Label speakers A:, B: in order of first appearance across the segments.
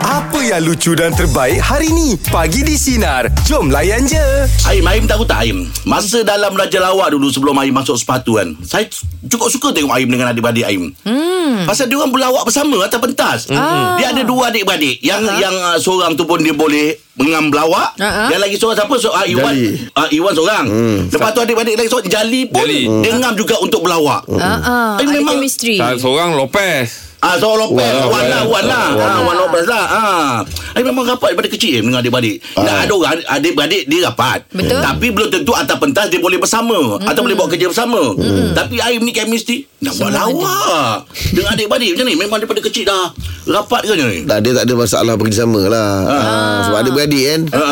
A: Apa yang lucu dan terbaik hari ni? Pagi di Sinar. Jom layan je.
B: Aim, Aim tahu tak Aim? Masa dalam Raja Lawak dulu sebelum Aim masuk sepatu kan Saya cukup suka tengok Aim dengan adik-beradik Aim hmm. Pasal dia orang berlawak bersama atas pentas hmm. Dia ada dua adik-beradik Yang uh-huh. yang uh, seorang tu pun dia boleh mengam berlawak
C: Ha-ha.
B: uh-huh. Yang lagi seorang siapa? So, uh, Iwan
D: Jali.
B: uh, Iwan seorang hmm. Lepas tu adik-beradik lagi seorang Jali pun
E: Jali.
B: Dia ngam juga untuk berlawak uh-huh.
C: Ah,
B: Eh,
C: ada
B: memang-
C: chemistry.
E: Salah seorang Lopez
B: Ah, seorang Lopez
D: Wah,
B: Wan lah
D: Wan.
B: Wan lah Ah, Wan Lopez lah ah. Aim memang rapat daripada kecil Aim dengan adik-beradik Dah ada orang Adik-beradik dia rapat
C: Betul.
B: Tapi belum tentu Atas pentas dia boleh bersama Atau boleh buat kerja bersama Tapi Aim ni chemistry Nak buat
C: Semua ada.
B: lawak Dengan adik-beradik macam ni Memang daripada kecil dah Rapat ke macam ni
D: Tak ada tak ada masalah pergi sama lah. Ha. sebab ada beradik kan. Ha.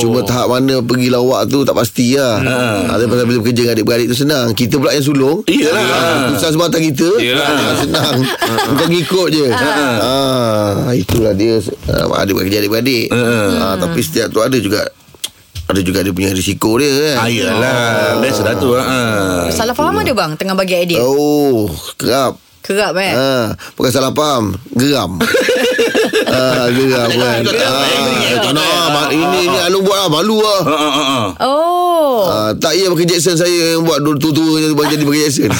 D: cuma tahap mana pergi lawak tu tak pasti lah. Ha. Tapi pasal bila bekerja dengan adik-beradik tu senang. Kita pula yang sulung.
B: Iyalah.
D: Ha. Susah sebatang kita.
E: Iyalah.
D: Ha. Senang. Bukan ngikut je. Ha. Itulah dia. Ha. Ada kerja adik-beradik. Ha. Tapi setiap tu ada juga ada juga dia punya risiko dia
B: Ah,
D: kan.
B: Ayolah Best dah tu ah.
C: Salah faham ada bang tengah bagi idea?
D: Oh, kerap.
C: Kerap eh.
D: Ha, bukan salah faham Geram ha, Geram kan
B: Geram, ha,
D: ha,
B: eh.
D: Tak nak ah, ma- Ini ni Alu buat lah Malu lah
B: Ah, ah, ah, ah.
C: Oh.
D: ha, Tak ya pakai Jackson Saya yang buat dulu Tua-tua je buat Jadi pakai Jackson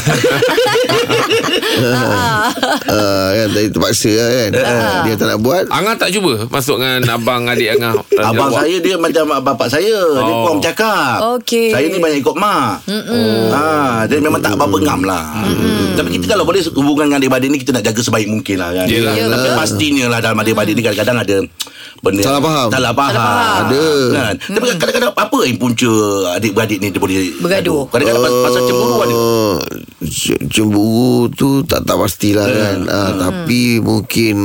C: Ah,
D: ha, kan, Tapi terpaksa lah kan
B: Ha,
D: Dia tak nak buat
E: Angah tak cuba Masuk dengan abang adik Angah
B: Abang
E: Lawak.
B: saya dia macam bapak saya oh. Dia
E: Oh.
B: kurang bercakap
C: Okey.
B: Saya ni banyak ikut mak ha, Dia memang tak apa-apa ngam lah Mm-mm. Tapi kita kalau boleh Hubungan dengan adik-adik ni Kita nak jaga sebaik mungkin lah kan
E: Yelah. Yelah.
B: Tapi pastinya lah Dalam adik-adik ni kadang-kadang ada Benda
D: Salah faham.
B: Salah faham
D: Ada.
B: kan? Tapi kadang-kadang apa yang punca Adik-beradik ni dia boleh
C: Bergaduh.
B: Kadang-kadang pas- pasal cemburu ada
D: Oh, c- Cemburu tu Tak tak pastilah
B: Hmm.
D: kan ha, Tapi mungkin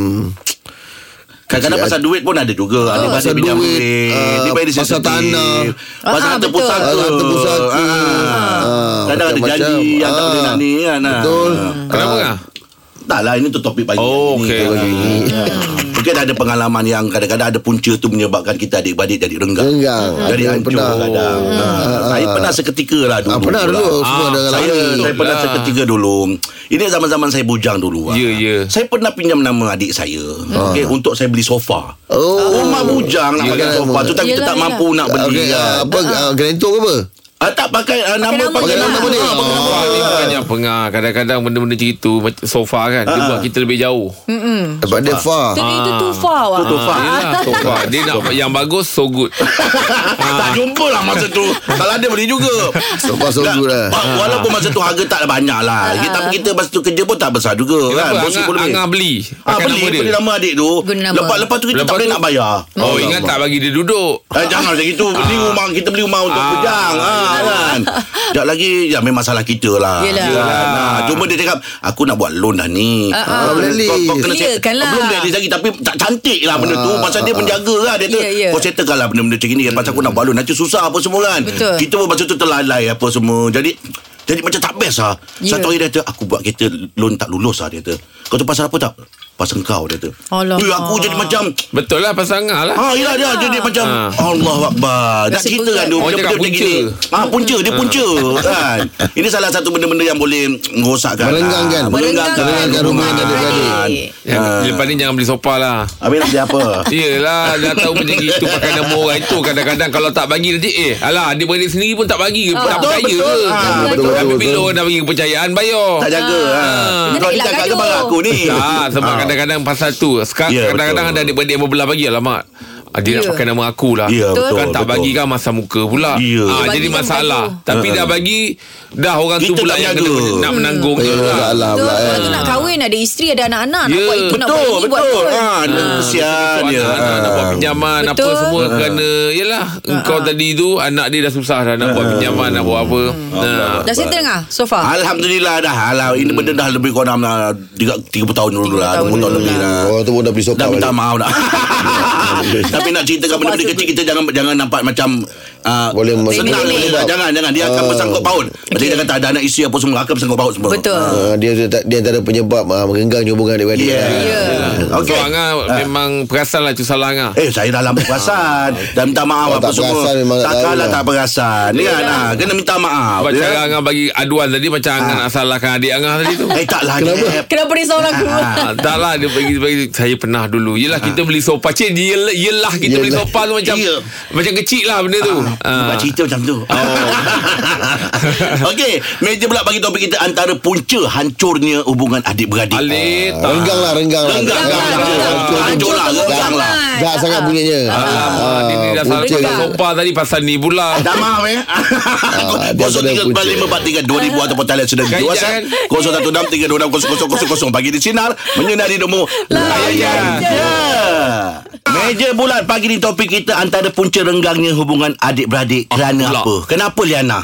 B: Kadang-kadang pasal duit pun ada juga Adik-adik
D: eh. Pasal
B: pinjam
D: duit, ah,
B: Dia bayar dia
D: pasal
B: sensitif.
D: tanah.
B: Pasal
C: Ah,
B: harta
C: betul.
B: pusaka
D: Harta pusaka. Ah,
B: ah. Kadang ada
D: macam-macam.
B: janji Yang tak
D: Ah,
B: boleh nak ni kan ah.
D: Betul
E: Kenapa
D: Ah,
E: Angah?
B: Tak lah ini tu topik pagi
E: Oh,
B: ni.
E: okey.
B: Pagi ni. Mungkin ada pengalaman yang kadang-kadang ada punca tu menyebabkan kita adik-beradik jadi renggang.
D: Renggang.
B: Jadi
D: Ada yang
B: hancur
D: pernah.
B: kadang. Ha. Saya pernah seketika lah dulu.
D: Ah, pernah
B: lah.
D: dulu Ah. semua
E: Ah,
D: ada
B: Saya,
D: lari.
B: saya pernah
E: Lah.
B: seketika dulu. Ini zaman-zaman saya bujang dulu. ah.
E: Ya, ya.
B: Saya pernah pinjam nama adik saya.
D: Ah.
B: Okey, untuk saya beli sofa.
D: Oh.
B: Rumah bujang nak
D: Yelah,
B: pakai sofa tu tapi kita
C: Yelah,
B: tak
C: yelah.
B: mampu Ah, nak beli.
D: Okey,
B: kan.
D: ah, apa uh, Grantor ke apa?
B: Ah, tak pakai ah, nama
C: nama
B: pakai
C: je
B: nama
C: lah.
B: boleh.
D: Ah, pakai
E: Wah, ni bukannya pengah Kadang-kadang benda-benda macam itu macam Sofa kan Dia
B: Ah.
E: buat kita lebih jauh Ah,
D: Sebab dia far.
C: Itu, itu too far wah.
B: Tu sofa.
E: Yelah sofa Dia nak yang bagus So good
B: Tak jumpa lah masa tu Kalau ada beli juga
D: Sofa so
B: Tak,
D: good lah.
B: wa- Walaupun masa tu harga tak banyak lah
C: Ah,
B: kita, Tapi kita masa tu kerja pun tak besar juga kan?
E: Kenapa
B: Bos
E: Angah,
B: boleh.
E: Angah beli
B: Ah,
E: Pakai
B: beli,
E: nama dia
B: beli nama adik tu
C: Guna nama.
B: Lepas, lepas tu kita
E: Lepas
B: tak boleh
E: tu-
B: nak bayar
E: Oh ingat tak bagi dia duduk
B: Eh, jangan macam itu Beli
C: Ah.
B: rumah Kita beli rumah untuk
E: Ah.
B: bujang ah, kan Sekejap lagi Ya memang salah kita lah
C: Yelah.
E: Yelah.
B: Nah, Cuma dia cakap Aku nak buat loan dah ni
C: Ah, ah.
B: Kau-
D: Blacklist.
B: kau- kau kena set-
C: Clearkanlah.
B: Belum blacklist lagi Tapi tak cantik lah benda tu
D: Ah,
B: Pasal dia menjaga lah Dia tu
C: Ya, ya.
B: Kau settlekan lah benda-benda macam ni kan Pasal aku nak buat loan Nanti susah apa semua kan
C: Betul.
B: Kita pun masa tu terlalai apa semua Jadi jadi macam tak best lah
C: Ya.
B: Satu hari dia kata Aku buat kereta loan tak lulus lah dia kata Kau tu pasal apa tak? Pasal kau dia kata
C: Alamak.
B: Ui, Aku jadi macam
E: Betul lah pasal Angah lah
B: Ha yelah dia jadi macam
E: Ha.
B: Allah Akbar. Nak
C: Rasa
B: cerita kan
C: berat.
B: Ah. dia
E: Orang
B: macam
E: cakap
B: macam
E: punca.
B: gini. Ha punca dia punca kan. Ini salah satu benda-benda yang boleh merosakkan.
D: Merenggangkan.
B: Ha, merenggangkan
C: Merenggangkan
D: rumah
B: Ah,
D: yang
B: hubungan.
C: adik-beradik.
E: Yang Lepas ni jangan beli sofa lah
B: kan. Habis dia apa?
E: Yelah Dah tahu macam itu Pakai nama orang itu Kadang-kadang kalau tak bagi nanti Eh alah Adik beradik sendiri pun tak bagi ke
C: Ah,
E: Tak
B: betul,
E: percaya
B: betul.
E: ke
B: Ah,
E: Tapi
D: betul, betul,
E: bila
D: betul.
E: orang dah bagi kepercayaan Bayar
B: tak jaga ha.
C: Kena
B: Kau ni
C: elak
B: cakap
C: gaduh.
B: kebal aku ni.
E: Tak Sebab
B: Ha.
E: kadang-kadang pasal tu Sekarang
B: Ya,
E: kadang-kadang
B: betul.
E: ada adik-beradik yang berbelah bagi Alamak ah, Dia nak
C: Ya.
E: pakai nama aku lah
B: Ya, betul,
E: Kan tak
B: betul.
E: bagi kan masa muka pula
B: Ya.
E: Ah,
C: Bagi
E: Jadi
C: kan
E: masalah
C: gaduh.
E: Tapi dah bagi Dah orang tu
B: Kita
E: pula
B: tak
E: yang
B: jaga. Ya,
E: kena
C: Hmm.
E: nak menanggung
D: Eh,
E: tu lah.
D: salah
C: Betul,
D: pula
C: sebab
D: kan.
C: tu nak kahwin ada isteri ada anak-anak nak
E: Ya.
C: buat itu nak buat
B: Betul
C: ini buat
B: betul.
C: itu.
B: Ha dia ah, kesian
E: Anak,
B: dia.
E: anak nak buat pinjaman
C: Betul. Ah,
E: apa semua
B: Ah.
E: kerana yalah engkau tadi tu anak dia dah susah dah
B: Ah.
E: nak buat pinjaman nak buat apa.
C: Hmm.
E: Nah.
C: Dah settle tengah sofa.
B: Ah, Alhamdulillah dah Alah, Ini benda dah lebih kurang ah, dah 30 tahun dulu lah
C: 30
B: 20 tahun lebih lah
D: Ah, Orang tu pun dah beli sofa
B: Dah minta
D: balik.
B: maaf dah Tapi nak ceritakan benda-benda kecil Kita jangan jangan nampak macam uh,
D: Boleh Oh.
B: senang
C: Boleh
B: boleh
D: menyebab.
B: jangan jangan dia akan bersangkut paut. Macam dia kata ada anak isteri apa semua akan bersangkut paut semua.
C: Betul.
D: Ah, dia dia antara penyebab ah, menggenggangnya hubungan adik-beradik. lah.
B: Yeah.
C: Ya.
B: Yeah.
E: Okay.
B: Okay.
E: So Angah memang perasan lah tu salah Angah.
B: Ah. Eh saya dah lama perasan Dan minta maaf apa
D: Kalau Oh, tak
B: semua
D: perasan, memang tak tahu
B: Takkanlah
D: lah.
B: tak perasan
C: Ya.
B: Ni kan ah, Kena minta maaf
E: Sebab
B: ya. Ah.
E: cara Angah bagi aduan tadi macam Angah nak salahkan adik Angah tadi tu.
B: Eh tak lah Kenapa?
C: Kenapa dia seorang aku?
E: Ah, tak lah dia bagi, bagi saya pernah dulu. Yelah kita beli sofa. Cik yelah, yelah kita beli
D: Yelah.
E: sofa tu macam
B: Ya.
E: macam kecil lah benda tu.
B: Bukan
E: Ah.
B: cerita macam tu oh. Okey Meja pula bagi topik kita Antara punca Hancurnya hubungan adik-beradik
E: Alit.
D: Ah, Renggang lah, renggang lah.
B: Renggang lah
D: Renggang.
B: Hancur lah Renggang lah
D: Dah
C: Ah.
D: sangat bunyinya. Ah,
E: Alamak, dia ni dah salah
D: punca
E: pasal
D: dia.
E: sofa tadi pasal ni pula.
B: Dah maaf eh Ah,
D: dia sebenarnya punca.
B: 0345432000 ataupun talian sudah di
E: Kan,
B: WhatsApp 0163260000 pagi di sinar menyinari demo layan je. Meja bulat pagi ni topik kita antara punca renggangnya hubungan adik-beradik kerana
E: pula.
B: apa? Kenapa Liana?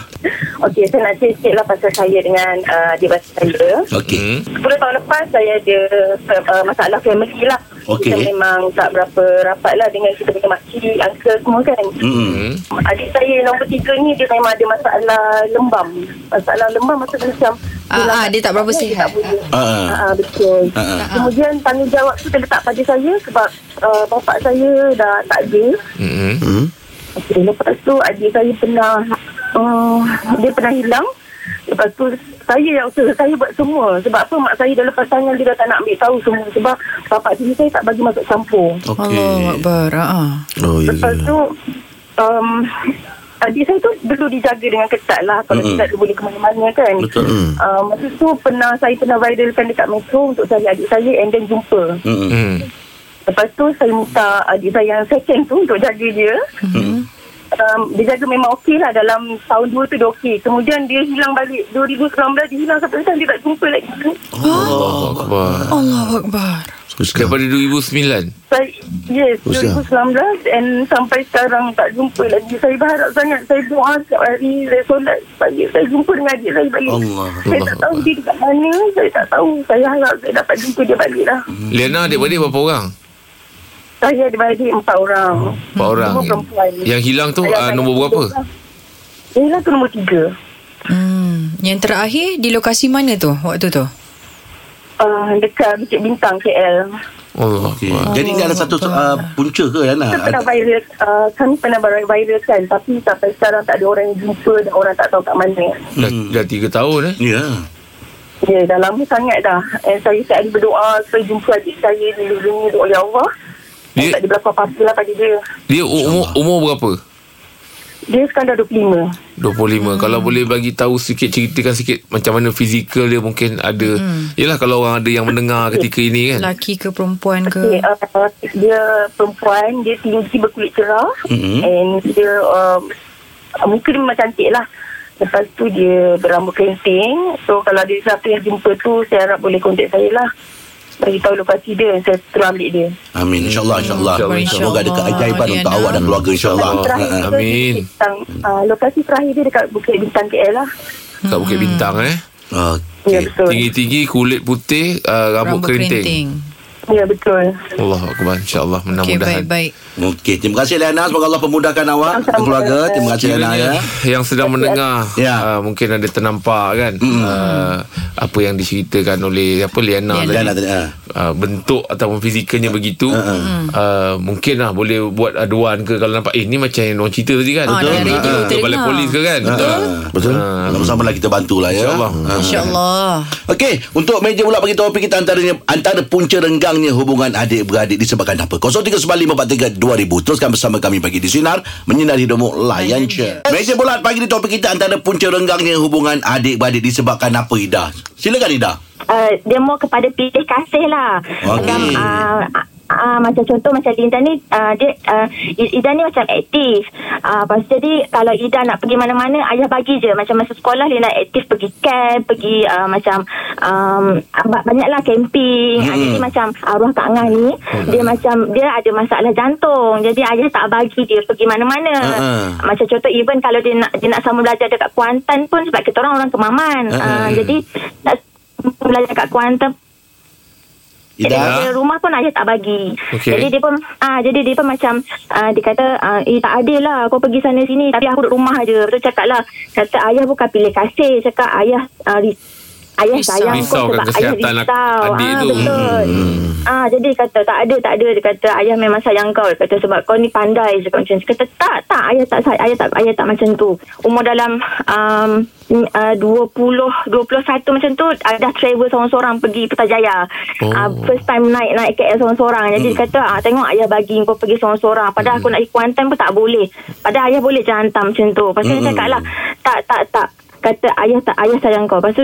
F: Okey, saya nak cerita sikit lah pasal saya dengan uh, dia bahasa saya.
B: Okey.
F: 10 tahun lepas saya ada uh, masalah family lah.
B: Okey.
F: Kita memang tak berapa rapat lah dengan kita punya makcik, uncle semua kan.
B: Hmm.
F: Adik saya nombor tiga ni dia memang ada masalah lembam. Masalah lembam maksudnya macam...
C: Ah,
F: dia
C: ah,
F: nak-
C: dia tak berapa
F: dia
C: sihat.
F: tak boleh.
B: Ah.
F: Ah, ah, betul.
B: Ah, ah.
F: Kemudian tanggungjawab tu terletak pada saya sebab uh, bapak saya dah tak ada.
E: Hmm.
F: Okay, lepas tu adik saya pernah uh, dia pernah hilang. Lepas tu saya yang usaha saya buat semua sebab apa mak saya dah lepas tangan dia dah tak nak ambil tahu semua sebab bapak sini saya tak bagi masuk campur.
C: Allah
B: Okey.
C: Akbar. Ah.
D: Oh, ya.
F: Lepas tu um, adik saya tu dulu dijaga dengan ketat lah kalau
B: Mm-mm.
F: mm-hmm. tidak dia boleh ke mana-mana kan.
B: Betul.
F: Uh, masa tu pernah saya pernah viralkan dekat metro untuk saya adik saya and then jumpa.
B: Hmm.
E: Hmm.
F: Lepas tu saya minta adik saya yang second tu untuk jaga dia.
B: Hmm.
F: Um, dia jaga memang okey lah dalam tahun dua tu dia okey. Kemudian dia hilang balik 2019 dia hilang sampai sekarang dia tak jumpa lagi.
E: Allah Akbar.
C: Allah Akbar.
D: Susah.
E: Daripada 2009.
F: Saya, yes,
D: Usia.
F: 2019 and sampai sekarang tak jumpa lagi. Saya berharap sangat. Saya doa setiap hari. Saya solat pagi. Saya jumpa dengan adik saya balik.
B: Allah.
F: Saya tak tahu dia dekat mana. Saya tak tahu. Saya harap saya dapat jumpa dia balik lah.
E: Liana adik-beradik berapa orang?
F: Saya ada beradik empat orang.
E: Empat orang.
F: Semua perempuan.
E: Yang hilang tu
F: Saya
E: ah, nombor berapa?
F: Dia hilang tu nombor tiga.
C: Hmm. Yang terakhir di lokasi mana tu waktu tu?
F: Uh, dekat Bukit Bintang, KL.
E: Ah, Allah
B: Okey.
E: Akbar.
B: Hmm. Jadi ni ada satu uh, punca ke Liana?
F: Kita pernah viral, uh, kami pernah viral- viralkan tapi sampai sekarang tak ada orang yang jumpa dan orang tak tahu kat mana.
E: Dah, dah tiga tahun eh.
B: Ya.
F: Ya, dah lama sangat dah. And saya setiap hari berdoa, saya jumpa adik saya dulu-dulu, doa ya Allah. Saya
E: Dia-
F: tak ada berapa apa-apa lah pada dia.
E: Dia u- umur umur berapa?
F: Dia sekarang dah
E: 25 hmm.
F: 25.
E: Kalau boleh bagi tahu sikit Ceritakan sikit Macam mana fizikal dia mungkin ada hmm. Yelah kalau orang ada yang mendengar ketika ini kan
C: Lelaki ke perempuan ke?
F: Okay, uh, dia perempuan, dia tinggi berkulit cerah
B: Mhm.
F: mm-hmm. and dia um, muka dia memang cantik lah. Lepas tu dia berambut keriting. So kalau ada siapa yang jumpa tu saya harap boleh kontak saya lah. Bagi tahu lokasi dia saya terus ambil dia.
B: Amin insyaallah insyaallah.
E: Insyaallah, insyaallah.
B: Semoga ada keajaiban untuk
C: Liana.
B: awak dan keluarga insyaallah.
F: Lokasi terakhir
B: Ha, ha.
F: tu
E: amin.
F: Bukit Bintang. Ah, lokasi terakhir dia dekat Bukit Bintang KL lah.
E: Kat Bukit Bintang eh
F: Ya
B: Okey.
F: betul.
E: Tinggi-tinggi kulit putih uh, Rambut, rambut kerinting.
F: Ya betul.
E: Allah Akbar InsyaAllah
C: Okey,
E: Mudah-mudahan
C: baik-baik.
B: Ah. Okey, terima kasih Liana. Semoga Allah pemudahkan awak dan keluarga. Terima kasih Liana ya.
E: Kiranya yang sedang mendengar
B: Ya. Hmm.
E: uh, mungkin ada ternampak kan uh, apa yang diceritakan oleh apa Liana,
B: Liana tadi,
E: tadi
B: ha.
E: uh, bentuk ataupun fizikalnya begitu uh, mungkin lah boleh buat aduan ke kalau nampak eh ni macam yang orang cerita tadi kan
G: Oh,
C: Ah, dari radio
E: Ah, ke
C: terdengar.
E: balai polis ke kan
B: Ha,
D: Betul?
B: Sama-sama lah kita bantulah ya.
E: InsyaAllah.
B: Ha.
C: InsyaAllah.
B: Okey, untuk meja pula bagi topik kita antaranya antara punca renggangnya hubungan adik-beradik disebabkan apa? 0395432000. Teruskan bersama kami pagi di sinar menyinari hidupmu layan je. Meja bulat pagi di topik kita antara punca renggangnya hubungan adik-beradik disebabkan apa Ida? Silakan Ida.
F: Uh, dia more kepada pilih kasih lah.
B: Okey.
F: Macam, uh, uh, macam contoh macam Linda ni uh, dia uh, I- Ida ni macam aktif. Uh, lepas tu jadi kalau Ida nak pergi mana-mana ayah bagi je. Macam masa sekolah dia nak aktif pergi camp, pergi uh, macam um, ba- banyaklah camping. Hmm. Jadi macam arwah Kak Ngah ni dia macam dia ada masalah jantung. Jadi ayah tak bagi dia pergi mana-mana.
B: Ha-ha.
F: Macam contoh even kalau dia nak dia nak sambung belajar dekat Kuantan pun sebab Ah, kita orang orang Kemaman.
B: Ha-ha.
F: Uh, jadi nak belajar kat Kuantan
G: Ida.
B: Ida.
G: Daripada rumah pun ayah tak bagi.
E: Okey.
G: Jadi dia pun ah jadi dia pun macam ah, dia kata ah, eh tak adil lah kau pergi sana sini tapi aku duduk rumah je. Lepas tu cakap lah kata ayah bukan pilih kasih cakap ayah ah, ri- Ayah
C: Risau.
G: Eh, sayang kau
E: Risaukan
G: sebab ayah
E: kesihatan
G: risau.
E: adik
G: ah,
E: tu. Hmm.
G: Betul. Ah, jadi dia kata tak ada, tak ada. Dia kata ayah memang sayang kau. Dia kata sebab kau ni pandai. Dia kata macam tu. Dia kata tak, tak. Ayah tak, say- ayah tak, ayah tak macam tu. Umur dalam um, uh, 20, 21 macam tu. Uh, dah travel seorang-seorang pergi Putrajaya.
E: Oh.
G: Oh. Uh, first time naik naik KL seorang-seorang. Jadi dia
E: Hmm.
G: kata ah, tengok ayah bagi kau pergi seorang-seorang. Padahal aku nak pergi Kuantan pun tak boleh. Padahal ayah boleh je hantar macam tu. Lepas
E: Hmm.
G: tu dia cakap lah tak, tak, tak. Kata ayah tak, ayah sayang kau. Lepas tu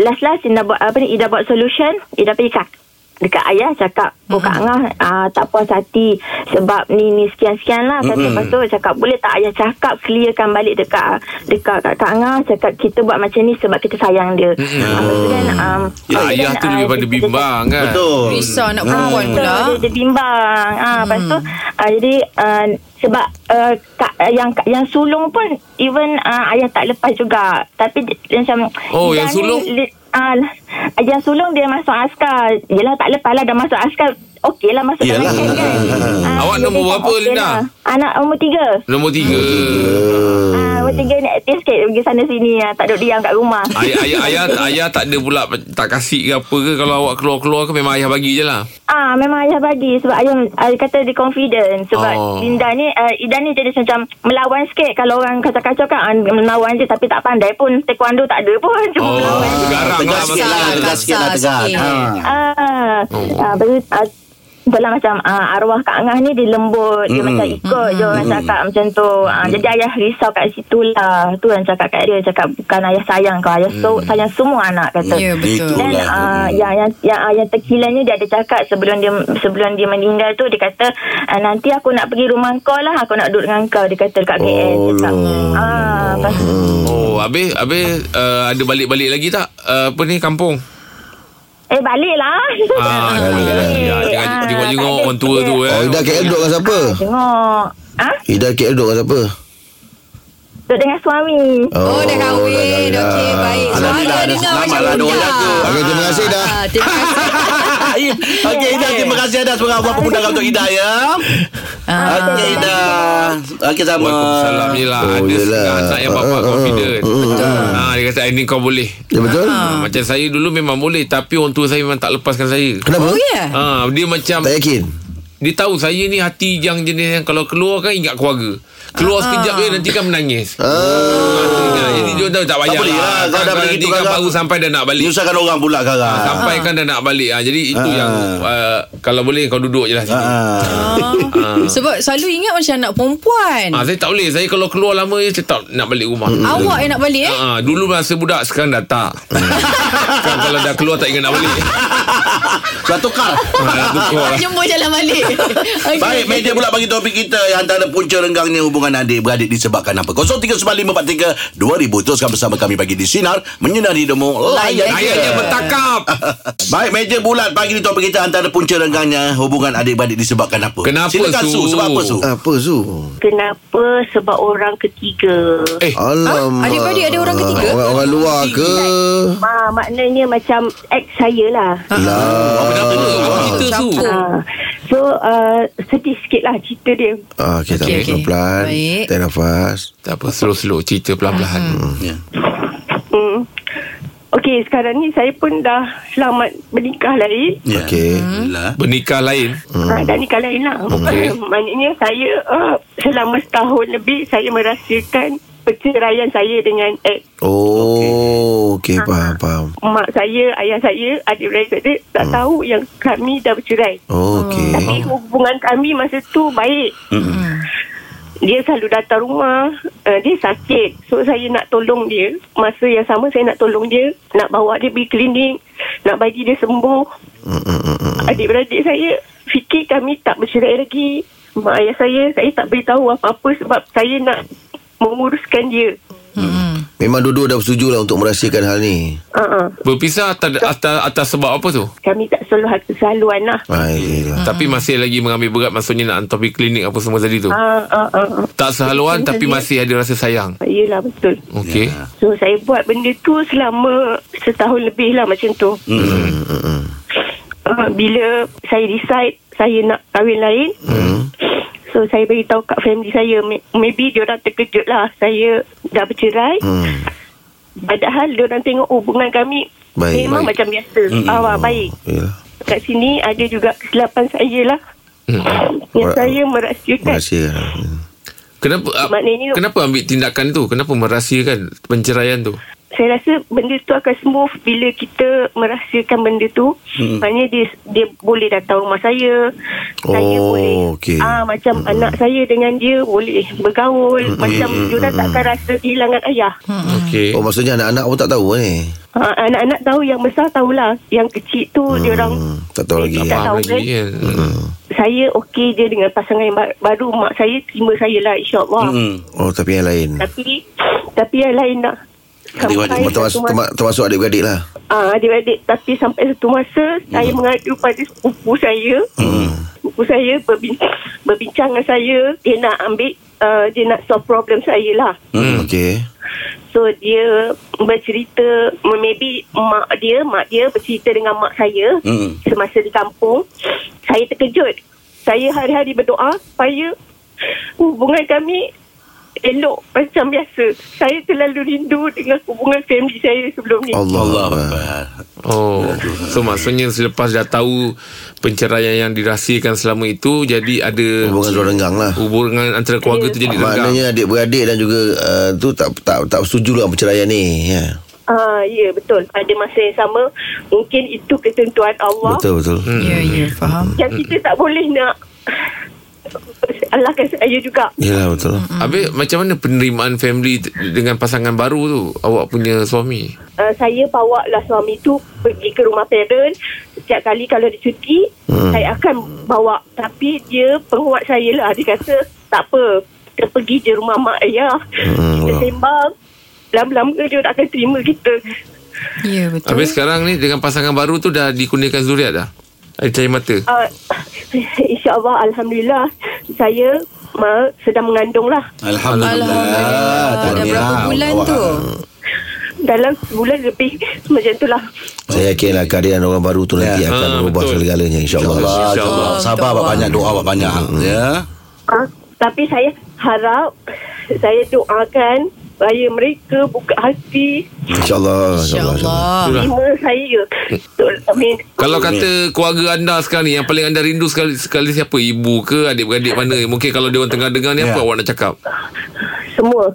G: last-last Ida buat apa ni? Ida buat solution. Ida pergi kat dekat ayah cakap oh
E: Hmm.
G: Kak Angah uh, tak puas hati sebab ni ni sekian-sekian lah
E: Hmm.
G: kata lepas tu cakap boleh tak ayah cakap clearkan balik dekat dekat Kak, Kak Angah cakap kita buat macam ni sebab kita sayang dia Ah, lepas tu kan,
E: Hmm. Ya,
G: um, lepas tu
E: ayah
G: kan,
E: tu
G: ah,
E: daripada
G: dia- dia-
E: bimbang kan.
B: Betul.
C: Risau anak
E: Hmm.
C: perempuan Ah,
F: Ah.
C: pula.
G: Betul, dia, dia bimbang. Ah ha, lepas tu ah, jadi ah, sebab ah, kak, yang yang sulung pun even ah, ayah tak lepas juga. Tapi dia- dia macam
E: Oh,
G: dia
E: yang
G: ni
E: sulung?
G: li- ah, yang sulung dia masuk askar. Yelah tak lepas lah dah masuk askar. Okey lah masuk
B: Yelah.
G: dalam kan. Ah,
E: Awak
G: dia
E: nombor
G: cakap,
E: berapa,
G: okey
E: Linda?
G: lah. Anak umur tiga.
E: Nombor tiga.
G: Ah,
E: Hmm.
G: umur tiga ni aktif sikit pergi sana sini. Ah, tak duduk diam kat rumah.
E: Ayah, ayah, ayah, ayah tak ada pula tak kasih ke apa ke kalau awak keluar-keluar ke memang ayah bagi je lah.
G: Ah, memang ayah bagi sebab ayah, ayah kata dia confident sebab
E: Oh.
G: oh. Linda ni uh, Ida ni jadi macam melawan sikit kalau orang kacau-kacau kan ah, melawan je tapi tak pandai pun taekwondo tak ada pun cuma
E: Oh,
G: melawan je.
E: garang lah
B: Tegas sikit lah.
E: masalah.
B: Tegas sikit lah.
C: Kasar
B: Tegas.
C: sikit.
B: Ha.
G: Ah, ah betul ah, Betul macam ah, arwah Kak Angah ni dia lembut Dia macam ikut je orang cakap macam tu ah, Jadi ayah risau kat situ lah Tu yang cakap kat dia Cakap bukan ayah sayang kau Ayah so, sayang semua anak kata
C: Ya, betul.
B: Itu.
G: Dan
B: Itulah.
F: Ah.
G: uh, yang yang yang uh, yang terkilanya dia ada cakap sebelum dia sebelum dia meninggal tu dia kata uh, nanti aku nak pergi rumah kau lah aku nak duduk dengan kau dia kata dekat KL
D: Oh,
G: cakap.
D: lah.
G: Ah, pas-
C: Hmm.
E: Oh, habis habis uh, ada balik-balik lagi tak? Uh, apa ni kampung?
G: eh balik lah.
E: Ah, ya, jangan
G: Ah,
E: tengok-tengok
G: tak ada.
E: orang tua tu eh.
D: Oh, Ida KL duduk dengan siapa?
G: Tengok. Ha?
D: Ida KL duduk dengan siapa?
G: Duduk dengan suami.
C: Oh, dah kahwin.
D: dah
C: Okey,
D: kahwin. Ah.
C: baik.
B: Alhamdulillah,
C: Suara
B: ada
C: dengar
B: selamat
C: macam
B: lah, ada
C: muda.
B: orang tu.
D: Okey, terima kasih dah.
C: Ah, Terima kasih.
B: Okey Ida Terima kasih Ida Semoga apa pun untuk Ida ya Okey
D: Ah.
B: Ida Okey sama
E: Waalaikumsalam Yelah
D: Oh,
E: oh, Ada
D: yelah.
E: setengah anak yang bapak
D: Ah, ah,
E: confident ha, Dia kata "Ah, Ini kau boleh
D: Ya betul?
C: Ah.
E: ha, Macam saya dulu memang boleh Tapi orang tua saya memang tak lepaskan saya
C: Oh,
D: Kenapa?
C: ya.
E: ha, Dia macam
D: Tak yakin?
E: Dia tahu saya ni hati yang jenis yang Kalau keluar kan ingat keluarga Keluar sekejap je nanti kan menangis ha, Jadi dia tahu tak payah
B: boleh lah, kau dah
E: Kan,
B: begitu
E: Nanti kan
B: kakak.
E: baru sampai dah nak balik
B: Nyusahkan orang pula
E: Ha,
B: sekarang
E: Sampai kan dah nak balik ha, Jadi itu yang uh, Kalau boleh kau duduk je lah sini ha.
B: Ah.
C: Ah. Sebab selalu ingat macam anak perempuan.
E: Ha, saya tak boleh Saya kalau keluar lama je Saya tak nak balik rumah
C: Awak yang nak balik eh?
E: Ah, dulu masa budak sekarang dah tak. Hmm. sekarang kalau dah keluar tak ingat nak balik.
B: Sudah tukar
E: Ah, dah tukar lah.
C: Jumpa jalan balik. Okey.
B: Baik, media pula bagi topik kita yang antara punca renggangnya hubungan adik-beradik disebabkan apa? 0395432000 teruskan bersama kami bagi di Sinar menyinari hidupmu layan je.
E: Ayahnya bertakap.
B: Baik, meja bulat pagi ni topik kita antara punca renggangnya hubungan adik-beradik disebabkan apa?
E: Kenapa,
B: Silakan, Su?
E: Su?
B: Sebab apa, Su?
D: Apa Su?
G: Kenapa sebab orang ketiga?
E: Eh,
D: Alamak.
C: Adik-beradik Ah, ada orang ketiga?
D: Orang, orang luar ke?
G: Ma, Ah, maknanya macam ex saya lah.
C: Ah,
D: Lah.
E: kenapa? Apa cerita tu?
G: Ah. So uh, sedih sikit lah cerita dia.
D: Ah, okay, tak
C: Okey,
D: okay,
C: okey.
D: pelan-pelan.
C: Baik.
D: Tarik nafas.
E: Tak apa, slow-slow. Cerita perlahan-lahan.
B: Ya.
F: Hmm. Okey, sekarang ni saya pun dah selamat bernikah lain.
B: Ya.
D: Okey.
B: Alhamdulillah.
E: Bernikah lain.
F: Hmm. Ha, dah nikah lain lah.
E: Okey.
F: Maknanya saya uh, selama setahun lebih saya merasakan perceraian saya dengan ex.
D: Oh, okey, faham, faham.
F: Mak saya, ayah saya, adik-beradik saya tak hmm. tahu yang kami dah bercerai.
D: Oh, okey.
B: Hmm.
F: Tapi hubungan kami masa tu baik. Dia selalu datang rumah uh, Dia sakit So saya nak tolong dia Masa yang sama saya nak tolong dia Nak bawa dia pergi klinik Nak bagi dia sembuh
D: Mm, mm, mm, mm.
F: Adik-beradik saya Fikir kami tak bercerai lagi Mak ayah saya Saya tak beritahu apa-apa Sebab saya nak Menguruskan dia
D: Memang dua-dua dah bersetuju lah untuk merahsiakan hal ni.
F: uh-uh.
E: Berpisah atas, atas, atas sebab apa tu?
F: Kami tak selalu hati Selaluan lah
B: Ya.
D: Baiklah.
E: Tapi masih lagi mengambil berat Maksudnya nak hantar pergi klinik Apa semua tadi tu
F: uh, uh, uh.
E: Tak sehaluan Tapi masih ada rasa sayang
F: Yelah betul
E: Okey
F: So saya buat benda tu Selama Setahun lebih lah macam tu
D: Mm, mm, mm.
F: uh, bila saya decide saya nak kahwin lain hmm. so saya beritahu kat family saya May- maybe diorang terkejut lah saya dah bercerai hmm. padahal diorang tengok oh, hubungan kami
D: Baik,
F: memang
D: baik.
F: macam biasa hmm. awal baik
D: Oh, Yalah.
F: kat sini ada juga kesilapan saya lah yang
D: Alright.
F: saya merahsiakan
D: Rahsia
E: Kenapa ah,
F: Maknanya-
E: kenapa ambil tindakan tu? Kenapa merahsiakan penceraian tu?
F: saya rasa benda tu akan smooth bila kita merahsiakan benda tu. Hmm. Maknanya dia dia boleh datang rumah saya. Oh, saya
D: Oh,
F: boleh.
D: okey.
F: Ah macam hmm. anak saya dengan dia boleh bergaul. Hmm. Macam hmm. dia tak akan rasa kehilangan ayah. Hmm.
E: Okey.
D: Oh maksudnya anak-anak pun tak tahu eh? ni
F: Ah, anak-anak tahu yang besar tahulah. Yang kecil tu hmm. dia orang
D: hmm, Tak tahu lagi kan
F: Tak tahu.
E: Faham lagi
F: kan?
E: kan. Hmm.
F: saya okey je dengan pasangan yang ba- baru mak saya terima saya lah insya-Allah. Hmm.
B: Hmm.
D: Oh tapi yang lain
F: Tapi tapi yang lain nak
B: Adik-adik,
F: sampai
D: Termasuk,
F: satu masa-
D: termasuk adik-beradik lah
F: Ah, adik-adik tapi sampai satu masa hmm. saya mengadu pada sepupu saya. Hmm. Sepupu saya berbincang, berbincang dengan saya, dia nak ambil uh, dia nak solve problem saya lah.
D: hmm. Okay
F: So dia bercerita maybe mak dia, mak dia bercerita dengan mak saya
B: Hmm.
F: semasa di kampung. Saya terkejut. Saya hari-hari berdoa supaya hubungan kami elok macam biasa. Saya terlalu rindu dengan hubungan family saya sebelum ni.
D: Allah, Ah.
B: Allah
D: Allah.
B: Akbar.
E: Oh,
D: Ya,
E: so maksudnya selepas dah tahu penceraian yang dirahsiakan selama itu jadi ada
D: Hubungan sudah renggang lah
E: hubungan antara keluarga tu jadi renggang.
D: Maknanya adik-beradik dan juga uh, tu tak tak tak setuju lah perceraian ni ya.
F: Ah, ya betul. Pada masa yang sama mungkin itu ketentuan Allah betul.
D: Betul betul
B: Hmm.
C: Ya, ya, faham.
F: yang kita tak boleh nak salahkan saya juga.
D: Yelah
C: Hmm,
D: betul
E: Habis macam mana penerimaan family t- dengan pasangan baru tu awak punya suami?
F: Uh, saya bawa lah suami tu pergi ke rumah parent setiap kali kalau dia cuti hmm. saya akan bawa tapi dia penguat saya lah dia kata tak apa kita pergi je rumah mak ayah hmm, kita
D: wow.
F: sembang lama-lama dia tak akan terima kita
C: Ya, betul.
E: Habis sekarang ni dengan pasangan baru tu dah dikurniakan zuriat dah? Air cahaya mata?
F: uh, insyaAllah Alhamdulillah saya ma, sedang mengandung lah
B: Alhamdulillah.
C: Alhamdulillah. Dah berapa
B: Tahniah.
C: bulan
B: Ah, Awak-
C: tu?
F: dalam sebulan lebih macam lah. itulah
D: Saya yakinlah kehadiran orang baru tu nanti
B: Ya.
D: akan
E: Ah,
D: berubah
E: betul.
D: segala-galanya insyaAllah
B: InsyaAllah
C: InsyaAllah.
B: InsyaAllah Sabar awak
C: Untuk awak.
B: banyak Doa awak banyak Ya
F: ha? tapi saya harap saya doakan supaya mereka buka hati
D: InsyaAllah InsyaAllah insyaAllah.
C: InsyaAllah.
E: Itulah.
F: terima saya So, I mean,
E: Kalau kata keluarga anda sekarang ni Yang paling anda rindu sekali sekali siapa? Ibu ke adik-beradik mana? Mungkin kalau dia orang tengah dengar ni
B: Ya.
E: Apa awak nak cakap?
F: semua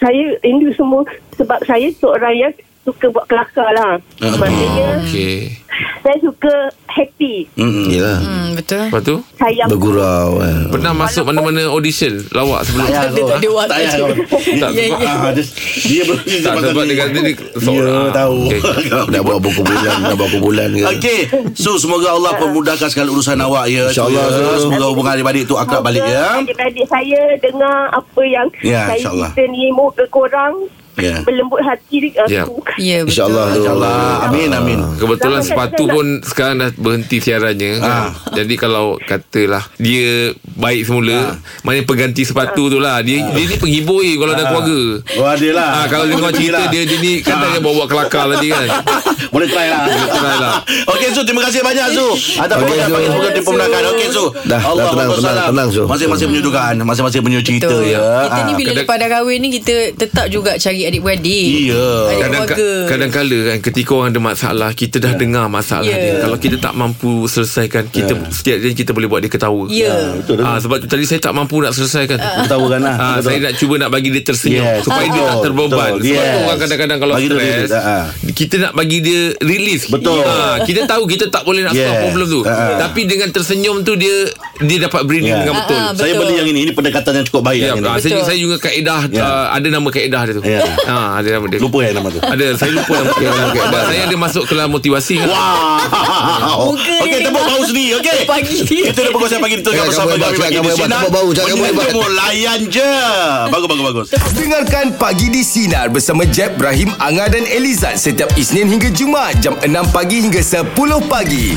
F: saya rindu semua sebab saya seorang yang suka buat kelakar lah
B: Ah.
F: maksudnya
E: Okey
F: saya suka happy
B: Mm-mm.
D: Yelah
C: Hmm, betul.
E: Lepas tu?
F: saya
D: Bergurau eh.
E: Pernah masuk mana-mana audition lawak sebelum?
B: payah
C: Dia
B: kau.
C: tak ada waktu.
B: Ya, Tak payah kau.
E: Tak,
C: Ya, ya.
B: Ah, Dia dia ber-
E: Tak sebab dia kata dia
B: Dia
E: seorang.
B: Ya, tahu
E: Okey.
D: Nak buat buku bulan Nak buat buku bulan ke
B: Okey So semoga Allah Pemudahkan segala urusan awak ya
D: InsyaAllah.
B: Ya, Semoga hubungan adik-adik tu Akrab balik ya
F: Adik-adik saya dengar apa yang
B: Ya,
F: saya
B: insyaAllah.
F: cerita ni moga korang
B: Ya.
F: berlembut hati uh,
E: Ya.
C: Ya, betul.
D: InsyaAllah tu
B: InsyaAllah Amin amin
E: Kebetulan
F: Lama
E: sepatu
F: saya nak-
E: pun sekarang dah berhenti siarannya. Ha.
B: Ah.
E: Jadi kalau katalah dia
B: Ah.
E: baik semula, ha. maknanya pengganti sepatu tu lah. Dia, dia ni penghibur eh kalau ha. dah keluarga.
B: Oh ada lah Ah.
E: Ah, kalau dengar cerita dia, dia ni kan dia bawa kelakar tadi kan.
B: Boleh try lah Boleh
E: try lah.
B: Okey Su Terima kasih banyak Su Atas
D: Okey,
B: okay,
D: Su.
B: banyak Semoga dia pemudahkan Okey Su
D: Dah, dah
B: Allah
D: tenang,
B: Akbar,
D: tenang,
B: salam.
D: tenang, Su.
B: Masing-masing punya dugaan Masing-masing punya cerita
C: Betul.
B: ya
C: Kita ni
B: Ah.
C: bila
E: kadang-
C: lepas dah kahwin ni kita tetap juga cari adik-beradik.
B: Ya.
C: Adik
E: Kadang
C: keluarga.
E: kadang kala kan ketika orang ada masalah kita dah dengar masalah
C: Ya.
E: yeah. dia. Kalau kita tak mampu selesaikan kita
B: Ya.
E: setiap dia kita boleh buat dia ketawa.
C: Ya.
E: Ah sebab tu tadi saya tak mampu nak selesaikan.
B: Ketawakan lah
E: Ah,
B: Betul.
E: saya nak cuba nak bagi dia tersenyum
B: Yes,
E: yes, supaya dia
B: betul,
E: tak terbeban.
B: betul,
E: Sebab tu
B: yes.
E: orang kadang-kadang kalau
B: Bagi dia
E: stres,
B: release, ah, ah.
E: kita nak bagi dia release.
B: Betul.
E: Ah, kita tahu kita tak boleh nak
B: Yes,
E: solve problem tu.
B: ah, ah.
E: Tapi dengan tersenyum tu dia dia dapat breathing
B: Yeah.
E: dengan betul.
C: Ah, ah,
B: Ya. Saya
C: Betul.
B: beli yang ini Ini pendekatan yang cukup baik
E: Ya,
B: yang ini.
E: ah, saya, saya juga kaedah
B: Ya.
E: ah, ada nama kaedah dia tu.
B: Ya.
E: Ah, ada nama dia.
B: Lupa ya nama tu
E: Ada saya lupa nama kaedah. Sebab saya ada masuk kelas motivasi.
B: Wow
C: Muka dia
B: Okey tepuk
C: tengok.
B: bahu sendiri Okey
C: Pagi.
B: Kita dah pukul saya pagi Kita
D: Jangan
B: bersama
D: kamu hebat,
B: kami
D: jangan
B: pagi di
D: kamu hebat.
B: Sinar
D: Tepuk bahu, jangan kamu
B: Menyukai
D: hebat.
B: mu, Layan je Bagus bagus bagus
A: Dengarkan Pagi di Sinar bersama Jeb, Ibrahim, Anga dan Elizad setiap Isnin hingga Jumaat jam 6 pagi hingga 10 pagi.